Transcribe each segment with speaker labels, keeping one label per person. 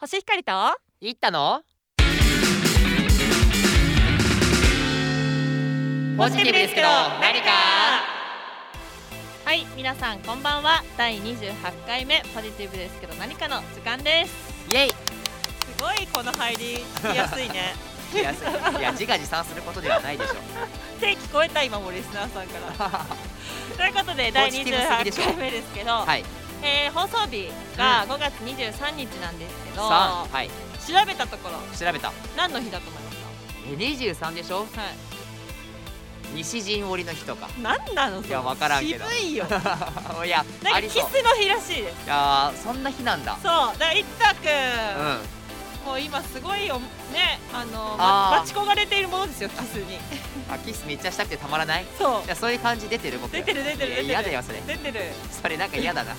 Speaker 1: 星光と
Speaker 2: 行ったのポジティブですけど何か
Speaker 1: はい皆さんこんばんは第28回目ポジティブですけど何かの時間です
Speaker 2: イエイ
Speaker 1: すごいこの入り聞きやすい ね
Speaker 2: いやすいや自画自賛することではな いでしょ
Speaker 1: って聞こえた今もリスナーさんから
Speaker 2: は
Speaker 1: ということで
Speaker 2: ポ
Speaker 1: 第
Speaker 2: ジティブすぎでしょ
Speaker 1: 28回目ですけど、
Speaker 2: い
Speaker 1: えー放送日が
Speaker 2: う
Speaker 1: 5月23日なんですけど、
Speaker 2: 三はい
Speaker 1: 調べたところ
Speaker 2: 調べた
Speaker 1: 何の日だと思いますか
Speaker 2: え23でしょ
Speaker 1: はい
Speaker 2: 西陣織の日とか
Speaker 1: 何なのそれ
Speaker 2: いやわからんけど
Speaker 1: 渋い よ
Speaker 2: いや
Speaker 1: なん
Speaker 2: あ
Speaker 1: か
Speaker 2: り
Speaker 1: キス
Speaker 2: そう
Speaker 1: の日らしいです
Speaker 2: いやーそんな日なんだ
Speaker 1: そうだから一太く
Speaker 2: うん
Speaker 1: ん、
Speaker 2: あ
Speaker 1: もう今すごいよねあの
Speaker 2: あ
Speaker 1: ま
Speaker 2: ー
Speaker 1: 待ち焦がれているものですよキスに
Speaker 2: キスめっちゃしたくてたまらないい
Speaker 1: そう
Speaker 2: やそういう感じ出てる僕
Speaker 1: 出てる出てる
Speaker 2: い
Speaker 1: 出
Speaker 2: や
Speaker 1: てる
Speaker 2: 嫌だよそれ
Speaker 1: 出てる
Speaker 2: それなんか嫌だな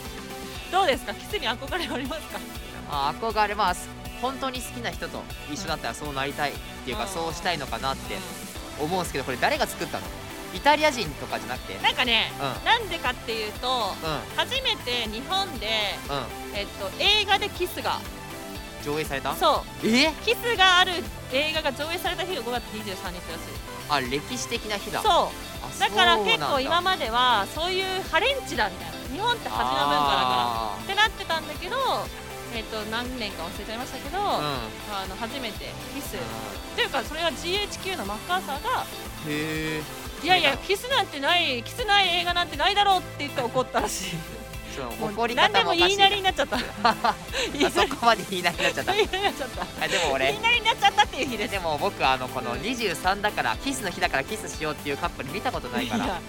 Speaker 1: どうですかキスに憧れありますか
Speaker 2: あー憧れます本当に好きな人と一緒だったらそうなりたいっていうか
Speaker 1: うん
Speaker 2: そうしたいのかなって思うんですけどこれ誰が作ったのイタリア人とかじゃなくてうん
Speaker 1: なんかね
Speaker 2: うん
Speaker 1: なんでかっていうと
Speaker 2: う
Speaker 1: 初めて日本で、
Speaker 2: ん
Speaker 1: えっと、映画でキスが
Speaker 2: 上映された
Speaker 1: そ
Speaker 2: え
Speaker 1: うキスがある映画が上映された日が5月23日らしい
Speaker 2: あ歴史的な日だ
Speaker 1: そう
Speaker 2: あ
Speaker 1: だから
Speaker 2: そうな
Speaker 1: 結
Speaker 2: んだ
Speaker 1: 構今まではそういうハレンチだみたいな日本って恥の文化だから
Speaker 2: あ
Speaker 1: ってなってたんだけど、えっと何年か忘れちゃいましたけど、
Speaker 2: ー
Speaker 1: あの初めてキスというかそれは GHQ のマッカーサーが
Speaker 2: うんへえ
Speaker 1: いやいやキスなんてないキスない映画なんてないだろうって言って怒ったらしい
Speaker 2: その
Speaker 1: もう
Speaker 2: 怒り
Speaker 1: 何で
Speaker 2: 方も
Speaker 1: も
Speaker 2: おか
Speaker 1: 言
Speaker 2: し
Speaker 1: い
Speaker 2: い
Speaker 1: なりになっちゃった 言い
Speaker 2: あそ
Speaker 1: なり
Speaker 2: こまで言いなりになっちゃっ た
Speaker 1: 言いなりになっちゃ った
Speaker 2: あでも俺
Speaker 1: 言いなりになっちゃったっていう日です
Speaker 2: でも僕あのこの
Speaker 1: うん
Speaker 2: 23だからキスの日だからキスしようっていうカップル見たことないから
Speaker 1: や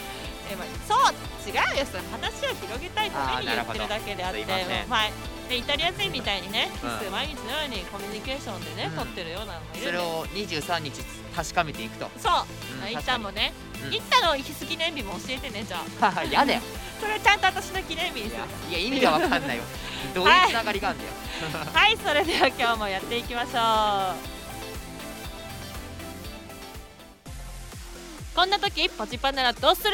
Speaker 1: えまあそう違うよそれ話を広げたいために
Speaker 2: あーな
Speaker 1: 言
Speaker 2: る
Speaker 1: っ
Speaker 2: ほ
Speaker 1: て
Speaker 2: ど
Speaker 1: るだけであって
Speaker 2: すいません
Speaker 1: まあでイタリア人みたいにねキス
Speaker 2: うん
Speaker 1: 毎日のようにコミュニケーションでね、
Speaker 2: うん
Speaker 1: 取ってるようなのもいるん
Speaker 2: それ
Speaker 1: で
Speaker 2: を23日確かめていくと
Speaker 1: そう
Speaker 2: うん
Speaker 1: いったんもね、
Speaker 2: うん
Speaker 1: いったの行き過ぎ念日も教えてねじゃあ
Speaker 2: 確かに やだよ
Speaker 1: それちゃんと私の記念日に
Speaker 2: い
Speaker 1: する
Speaker 2: やいや意味がわかん ないよどういうつながりがあるんだよ
Speaker 1: はいそれでは今日もやっていきましょうこんな時ポチパならどうする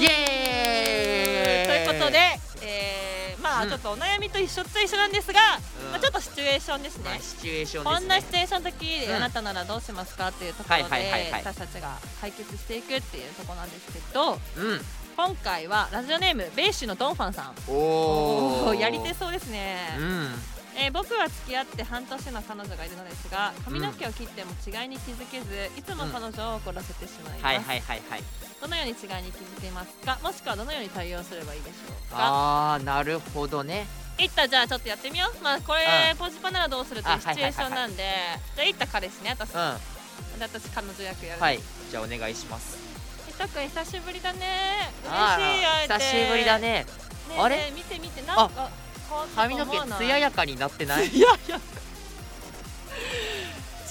Speaker 2: イエーイ
Speaker 1: ということで、えーまあ
Speaker 2: うん
Speaker 1: ちょっとお悩みと一緒っちゃ一緒なんですが、
Speaker 2: うん
Speaker 1: まあ、ちょっとシチュエーションですね
Speaker 2: まあ、シチュエーション
Speaker 1: こ
Speaker 2: です
Speaker 1: ん
Speaker 2: ね
Speaker 1: なシチュエーションの時、
Speaker 2: うん
Speaker 1: あなたならどうしますかっていうところで、
Speaker 2: はいはいはいはい
Speaker 1: 私たちが解決していくっていうところなんですけど
Speaker 2: うん
Speaker 1: 今回はラジオネームベイシュのドンファンさん
Speaker 2: お
Speaker 1: お
Speaker 2: お
Speaker 1: ー やり手そうですね、
Speaker 2: うん
Speaker 1: えー僕は付き合って半年の彼女がいるのですが髪の毛を切っても違いに気づけずいつも彼女を怒らせてしまいます、
Speaker 2: はいはいはいはい
Speaker 1: どのように違いに気づけますかもしくはどのように対応すればいいでしょうか
Speaker 2: あーなるほどね
Speaker 1: いったじゃあちょっとやってみようまあこれ、ポジパならどうするっていうシチュエーションなんで、じゃあいった彼氏ね私、
Speaker 2: うんは
Speaker 1: で私彼女役やる、
Speaker 2: いじゃあお願いします
Speaker 1: いったくん久しぶりだね嬉しい
Speaker 2: あ
Speaker 1: 会え
Speaker 2: ー
Speaker 1: て
Speaker 2: 久しぶりだね
Speaker 1: ね
Speaker 2: あれ
Speaker 1: ね見て見てなんか変わったと
Speaker 2: 髪
Speaker 1: 思
Speaker 2: の
Speaker 1: わな
Speaker 2: 毛
Speaker 1: い
Speaker 2: 艶やかになっ てない
Speaker 1: いやいや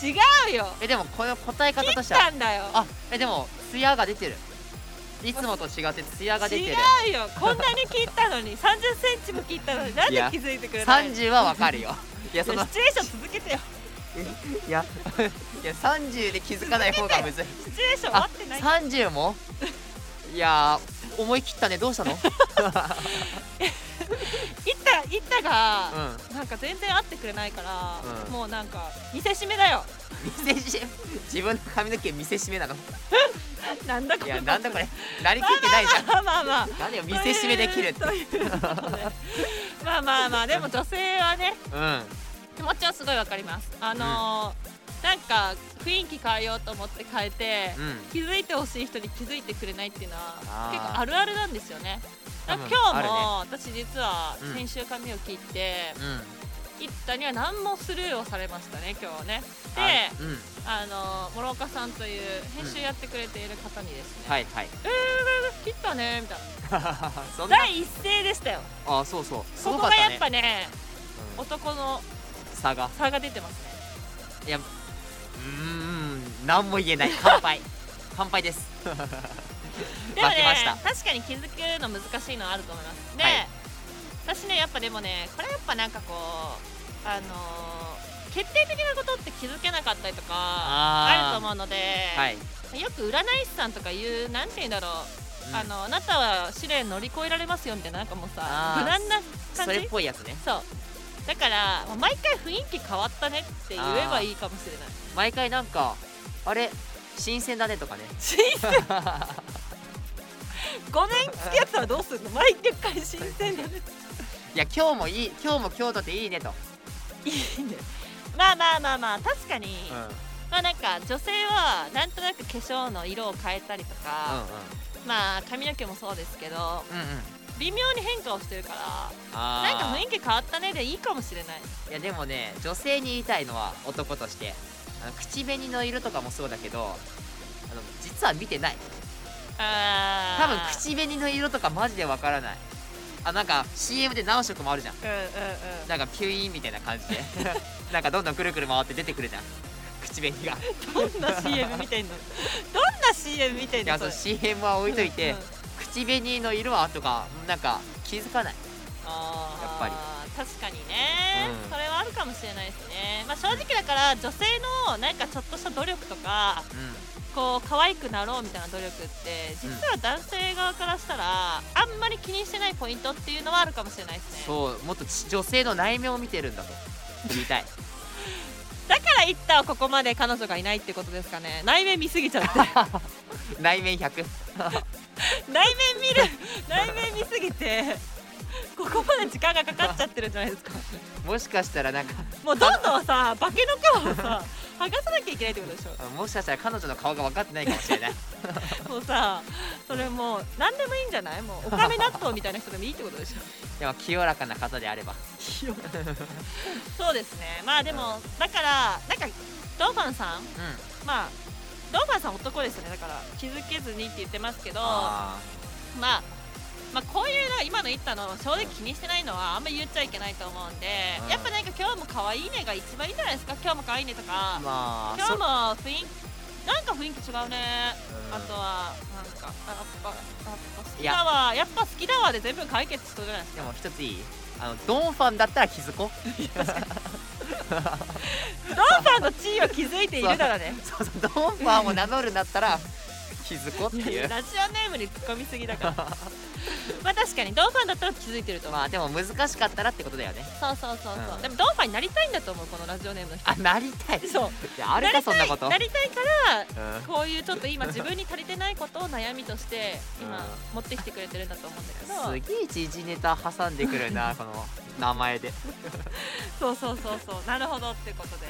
Speaker 1: 違うよ
Speaker 2: えでもこの答え方として
Speaker 1: 切っ
Speaker 2: は
Speaker 1: たんだよ
Speaker 2: あえでも艶が出てるいつもと違って艶が出てる
Speaker 1: 違うよこんなに切ったのに30センチも切ったのになんで気づいてくれないの
Speaker 2: 30はわ かるよいやそ
Speaker 1: い
Speaker 2: の
Speaker 1: やシチュエーション続けてよ
Speaker 2: いやいや30で気づかない方がむずい
Speaker 1: シチュエーション終わ
Speaker 2: あ
Speaker 1: ってない
Speaker 2: 30もいやー思い切ったねどうしたの
Speaker 1: いったいったが、
Speaker 2: うん
Speaker 1: なんか全然会ってくれないから、
Speaker 2: うん
Speaker 1: もうなんか見せしめだよ
Speaker 2: 見せし自分の髪の毛見せしめなの
Speaker 1: なんだこ
Speaker 2: い
Speaker 1: れ
Speaker 2: やなんだこれなりきってないじゃん
Speaker 1: まあまあまあ
Speaker 2: 何よ見せしめできる って
Speaker 1: というということでまあまあまあでも女性はね
Speaker 2: うん
Speaker 1: 気持ちはすごいわかりますあのーなんか雰囲気変えようと思って変えて、
Speaker 2: うん
Speaker 1: 気づいてほしい人に気づいてくれないっていうのは
Speaker 2: あー
Speaker 1: 結構あるあるなんですよね。だから今
Speaker 2: 多
Speaker 1: 日
Speaker 2: 分あるね
Speaker 1: も、私実は
Speaker 2: うん
Speaker 1: 先週髪を切って
Speaker 2: うん
Speaker 1: 「いった」には何もスルーをされましたね今日はね。で
Speaker 2: あうん
Speaker 1: あの諸岡さんという編集やってくれている方にですね「
Speaker 2: はいはい
Speaker 1: えー、切ったね」みたいな
Speaker 2: そんな
Speaker 1: 第一声でしたよ。
Speaker 2: あそうそうす
Speaker 1: こ
Speaker 2: ご
Speaker 1: こ
Speaker 2: かっ
Speaker 1: が
Speaker 2: た
Speaker 1: やっ
Speaker 2: ね
Speaker 1: ぱね
Speaker 2: うん
Speaker 1: 男の
Speaker 2: 差が
Speaker 1: 差が出てますね。
Speaker 2: うーん何も言 えない乾杯乾杯です
Speaker 1: でも
Speaker 2: 負けまし
Speaker 1: ね
Speaker 2: た
Speaker 1: 確かに気づけるの難しいのはあると思いますで、
Speaker 2: はい
Speaker 1: 私ねやっぱでもねこれやっぱなんかこうあのー決定的なことって気づけなかったりとかあ
Speaker 2: あー
Speaker 1: ると思うので、
Speaker 2: はい
Speaker 1: よく占い師さんとか言うなんて言うんだろう、あのあなたは試練乗り越えられますよみたいななんかもうさ
Speaker 2: あー
Speaker 1: 無難な
Speaker 2: そ
Speaker 1: 感
Speaker 2: れっ
Speaker 1: じ
Speaker 2: ぽいやつね
Speaker 1: そうだからまあ毎回雰囲気変わったねって言えばいいかもしれない
Speaker 2: 毎回なんかあれ新鮮だねとかね
Speaker 1: 新鮮5年付き合ったらどうするの毎回新鮮だね
Speaker 2: いや今日もいい今日も京都でいいねと、
Speaker 1: いいねまあまあまあまあ確かに、まあなんか女性はなんとなく化粧の色を変えたりとか、まあ髪の毛もそうですけど
Speaker 2: うんうんうんうん
Speaker 1: 微妙に変化をしてるからなんか
Speaker 2: あ
Speaker 1: 雰囲気変わったねでいいかもしれない
Speaker 2: ーいやでもね女性に言いたいのは男としてあの口紅の色とかもそうだけどあの実は見てない
Speaker 1: あ
Speaker 2: 多分
Speaker 1: ー
Speaker 2: 口紅の色とかマジでわからないあなんか CM で何色もあるじゃん
Speaker 1: うんうんうん
Speaker 2: なんかピュイーンみたいな感 じでなんかどんどんくるくる回って出てくるじゃん口紅 が
Speaker 1: どんな CM 見てんのどんな CM 見て
Speaker 2: い
Speaker 1: んの
Speaker 2: や
Speaker 1: そ
Speaker 2: そ
Speaker 1: れ
Speaker 2: の CM は置いといて、
Speaker 1: うんうん
Speaker 2: 口紅の色はとかなんか気づかない
Speaker 1: あー
Speaker 2: やっぱり
Speaker 1: 確かにね、
Speaker 2: うん
Speaker 1: それはあるかもしれないですねまあ正直だから女性のなんかちょっとした努力とか
Speaker 2: う
Speaker 1: こう可愛くなろうみたいな努力って実は男性側からしたらあんまり気にしてないポイントっていうのはあるかもしれないですね
Speaker 2: んそうもっとち女性の内面を見てるんだと言 いたい
Speaker 1: だから一旦ここまで彼女がいないってことですかね内面見すぎちゃって
Speaker 2: 内面100
Speaker 1: 内面見る内面見すぎてここまで時間がかかっちゃってるんじゃないですか
Speaker 2: もしかしたらなんか
Speaker 1: もうどんどんさ化けの皮をさ剥がさなきゃいけないってことでしょ
Speaker 2: あもしかしたら彼女の顔が分かってないかもし れない
Speaker 1: もうさそれもう何でもいいんじゃないもうお金納豆みたいな人でもいいってことでしょ
Speaker 2: でも清らかな方であれば
Speaker 1: そうですねまあでもだからなんかドーバンさん
Speaker 2: うん
Speaker 1: まあドーバンさん男ですよねだから気づけずにって言ってますけど
Speaker 2: あ
Speaker 1: まあまあ、こういうの今の言ったの正直気にしてないのはあんまり言っちゃいけないと思うんで、
Speaker 2: うん
Speaker 1: やっぱなんか今日も可愛いねが一番いいんじゃないですか今日も可愛いねとか
Speaker 2: ー、まあ
Speaker 1: 今日
Speaker 2: そ
Speaker 1: も雰囲気なんか雰囲気違うね、
Speaker 2: うん
Speaker 1: あとはなんかあやっぱやっぱ好きだ
Speaker 2: いや
Speaker 1: わやっぱ好きだわで全部解決しそうじゃ ないです
Speaker 2: でも一ついいあのドンファンだったら気づこう
Speaker 1: かドンファンの地位を築いているならね
Speaker 2: そうそうドンファンを名乗るんだったら気づこうっ ていう
Speaker 1: ラジオネームに突っ込みすぎだから まあ確かにドンファンだったら気づいてると思う、
Speaker 2: まあでも難しかったらってことだよね
Speaker 1: そうそうそうそう、
Speaker 2: うん
Speaker 1: でもドンファンになりたいんだと思うこのラジオネームの人
Speaker 2: あなりたい
Speaker 1: そう
Speaker 2: いやあるかそんなこと
Speaker 1: なりたいから
Speaker 2: うん
Speaker 1: こういうちょっと今自分に足りてないことを悩みとして今
Speaker 2: うん
Speaker 1: 持ってきてくれてるんだと思うんだけど
Speaker 2: すげえ時事ネタ挟んでく るなこの名前で、
Speaker 1: そうそうそうそうなるほどってことで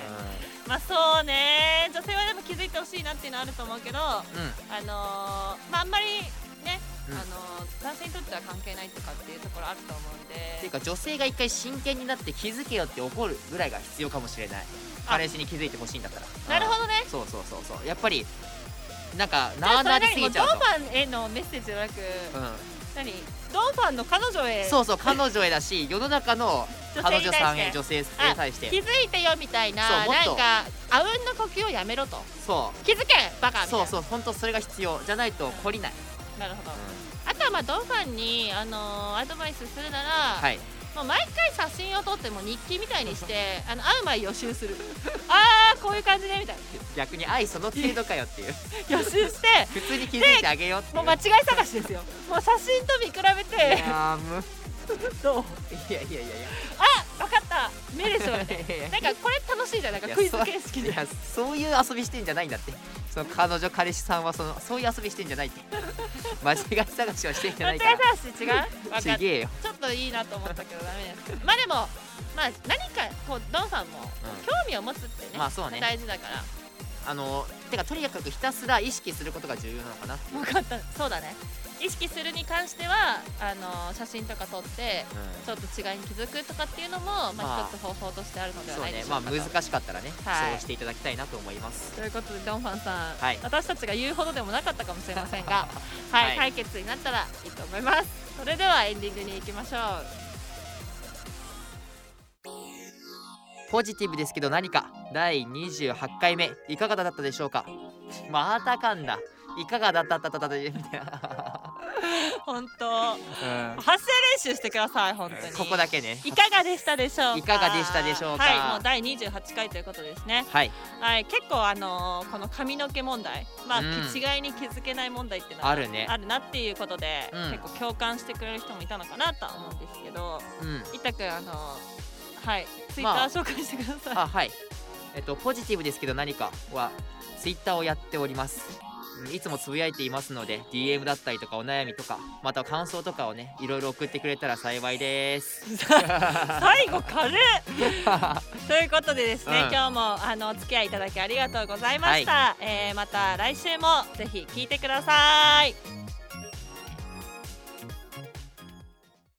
Speaker 1: まあそうね女性はでも気づいてほしいなっていうのはあると思うけどあ
Speaker 2: うん、
Speaker 1: のーまああんまりね、
Speaker 2: うん
Speaker 1: あのー男性にとっては関係ないとかっていうところあると思うん
Speaker 2: っていう
Speaker 1: で
Speaker 2: か女性が一回真剣になって気づけよって怒るぐらいが必要かもしれない
Speaker 1: あ
Speaker 2: 彼氏に気づいてほしいんだったら
Speaker 1: なるほどね
Speaker 2: うんそうそうそうそうやっぱりなんか
Speaker 1: じゃ
Speaker 2: な
Speaker 1: あ
Speaker 2: あ
Speaker 1: そ
Speaker 2: なあ
Speaker 1: れ
Speaker 2: で
Speaker 1: 何
Speaker 2: 過
Speaker 1: もうド
Speaker 2: ぎち
Speaker 1: ン
Speaker 2: ゃ
Speaker 1: フ
Speaker 2: うと
Speaker 1: ァンへのメッセージじゃなく何ドンファンの彼女
Speaker 2: う
Speaker 1: へ
Speaker 2: ん、そうそう彼女へだし世の中の彼女さんへ
Speaker 1: 女
Speaker 2: 女性へ対して
Speaker 1: 気づいてよみたいな
Speaker 2: そうも
Speaker 1: な
Speaker 2: っ
Speaker 1: ん
Speaker 2: と
Speaker 1: かあうんの呼吸をやめろと
Speaker 2: そう
Speaker 1: 気づけバカみたいな
Speaker 2: そうそう本当それが必要じゃないと懲りない、
Speaker 1: なるほど
Speaker 2: うん
Speaker 1: あとはまあドンファンに、あのーアドバイスするなら、
Speaker 2: はい
Speaker 1: もう毎回写真を撮ってもう日記みたいにして あの会う前予習するああこういう感じねみたい
Speaker 2: 逆に愛その程度かよっていう
Speaker 1: な予習して
Speaker 2: 普通に気づいてあげようっていう
Speaker 1: もう間違い探しですよもう写真と見比べ
Speaker 2: い
Speaker 1: て
Speaker 2: やーむ
Speaker 1: どう
Speaker 2: いやいやいやいや
Speaker 1: あ分かった目でしょみたい
Speaker 2: いや
Speaker 1: ななんかこれ楽しいじゃんなんかクイズ形式
Speaker 2: い
Speaker 1: で
Speaker 2: やそういう遊びしてんじゃないんだってその彼女彼氏さんはそのそういう遊びしてんじゃないって間違い探しはしてんじゃ
Speaker 1: 間違
Speaker 2: ない
Speaker 1: い
Speaker 2: から
Speaker 1: 探し違う分かっ
Speaker 2: ち
Speaker 1: た
Speaker 2: げえよ
Speaker 1: ちょっといいなと思ったけどダメですけどまあでもまあ何かこうドンさんも興味を持つってね,、
Speaker 2: まあそうね
Speaker 1: 大事だから
Speaker 2: あのてかとにかくひたすら意識することが重要なのかな
Speaker 1: 分かったそうだね意識するに関してはあの写真とか撮ってちょっと違いに気づくとかっていうのも、まあ、
Speaker 2: まあ
Speaker 1: 一つ方法としてあるのでは
Speaker 2: そう
Speaker 1: ないで
Speaker 2: ね
Speaker 1: しょう
Speaker 2: ま
Speaker 1: か
Speaker 2: あ
Speaker 1: と、
Speaker 2: 難しかったらね、
Speaker 1: はい
Speaker 2: そうしていただきたいなと思います
Speaker 1: ということでドンファンさん、
Speaker 2: はい
Speaker 1: 私たちが言うほどでもなかったかもしれませんが、はい
Speaker 2: はい
Speaker 1: 解決になったらいいと思いますそれではエンディングに行きましょう
Speaker 2: ポジティブですけど何か第28回目いかがだったでしょうかまたかんだいかがだったったったったみたいな、
Speaker 1: 本当
Speaker 2: うん
Speaker 1: 発声練習してください本当に
Speaker 2: ここだけね
Speaker 1: いかがでしたでしょうか
Speaker 2: いかがでしたでしょうか
Speaker 1: はいもう第28回ということですね
Speaker 2: はい
Speaker 1: はい、結構あのーこの髪の毛問題、まあ、
Speaker 2: うん
Speaker 1: 違いに気づけない問題っていうのが
Speaker 2: あるね
Speaker 1: あるなっていうことで、
Speaker 2: うん
Speaker 1: 結構共感してくれる人もいたのかなとは思うんですけど、
Speaker 2: うん
Speaker 1: いたくんあのーはいツイッタ
Speaker 2: ま
Speaker 1: ー
Speaker 2: あ
Speaker 1: 紹介してください、
Speaker 2: あはいえっとポジティブですけど何かはツイッターをやっておりますうんいつもつぶやいていますので DM だったりとかお悩みとかまた感想とかをねいろいろ送ってくれたら幸いです
Speaker 1: 最後軽いということでですね、
Speaker 2: うん
Speaker 1: 今日もあのお付き合いいただきありがとうございました、えーまた来週もぜひ聞いてください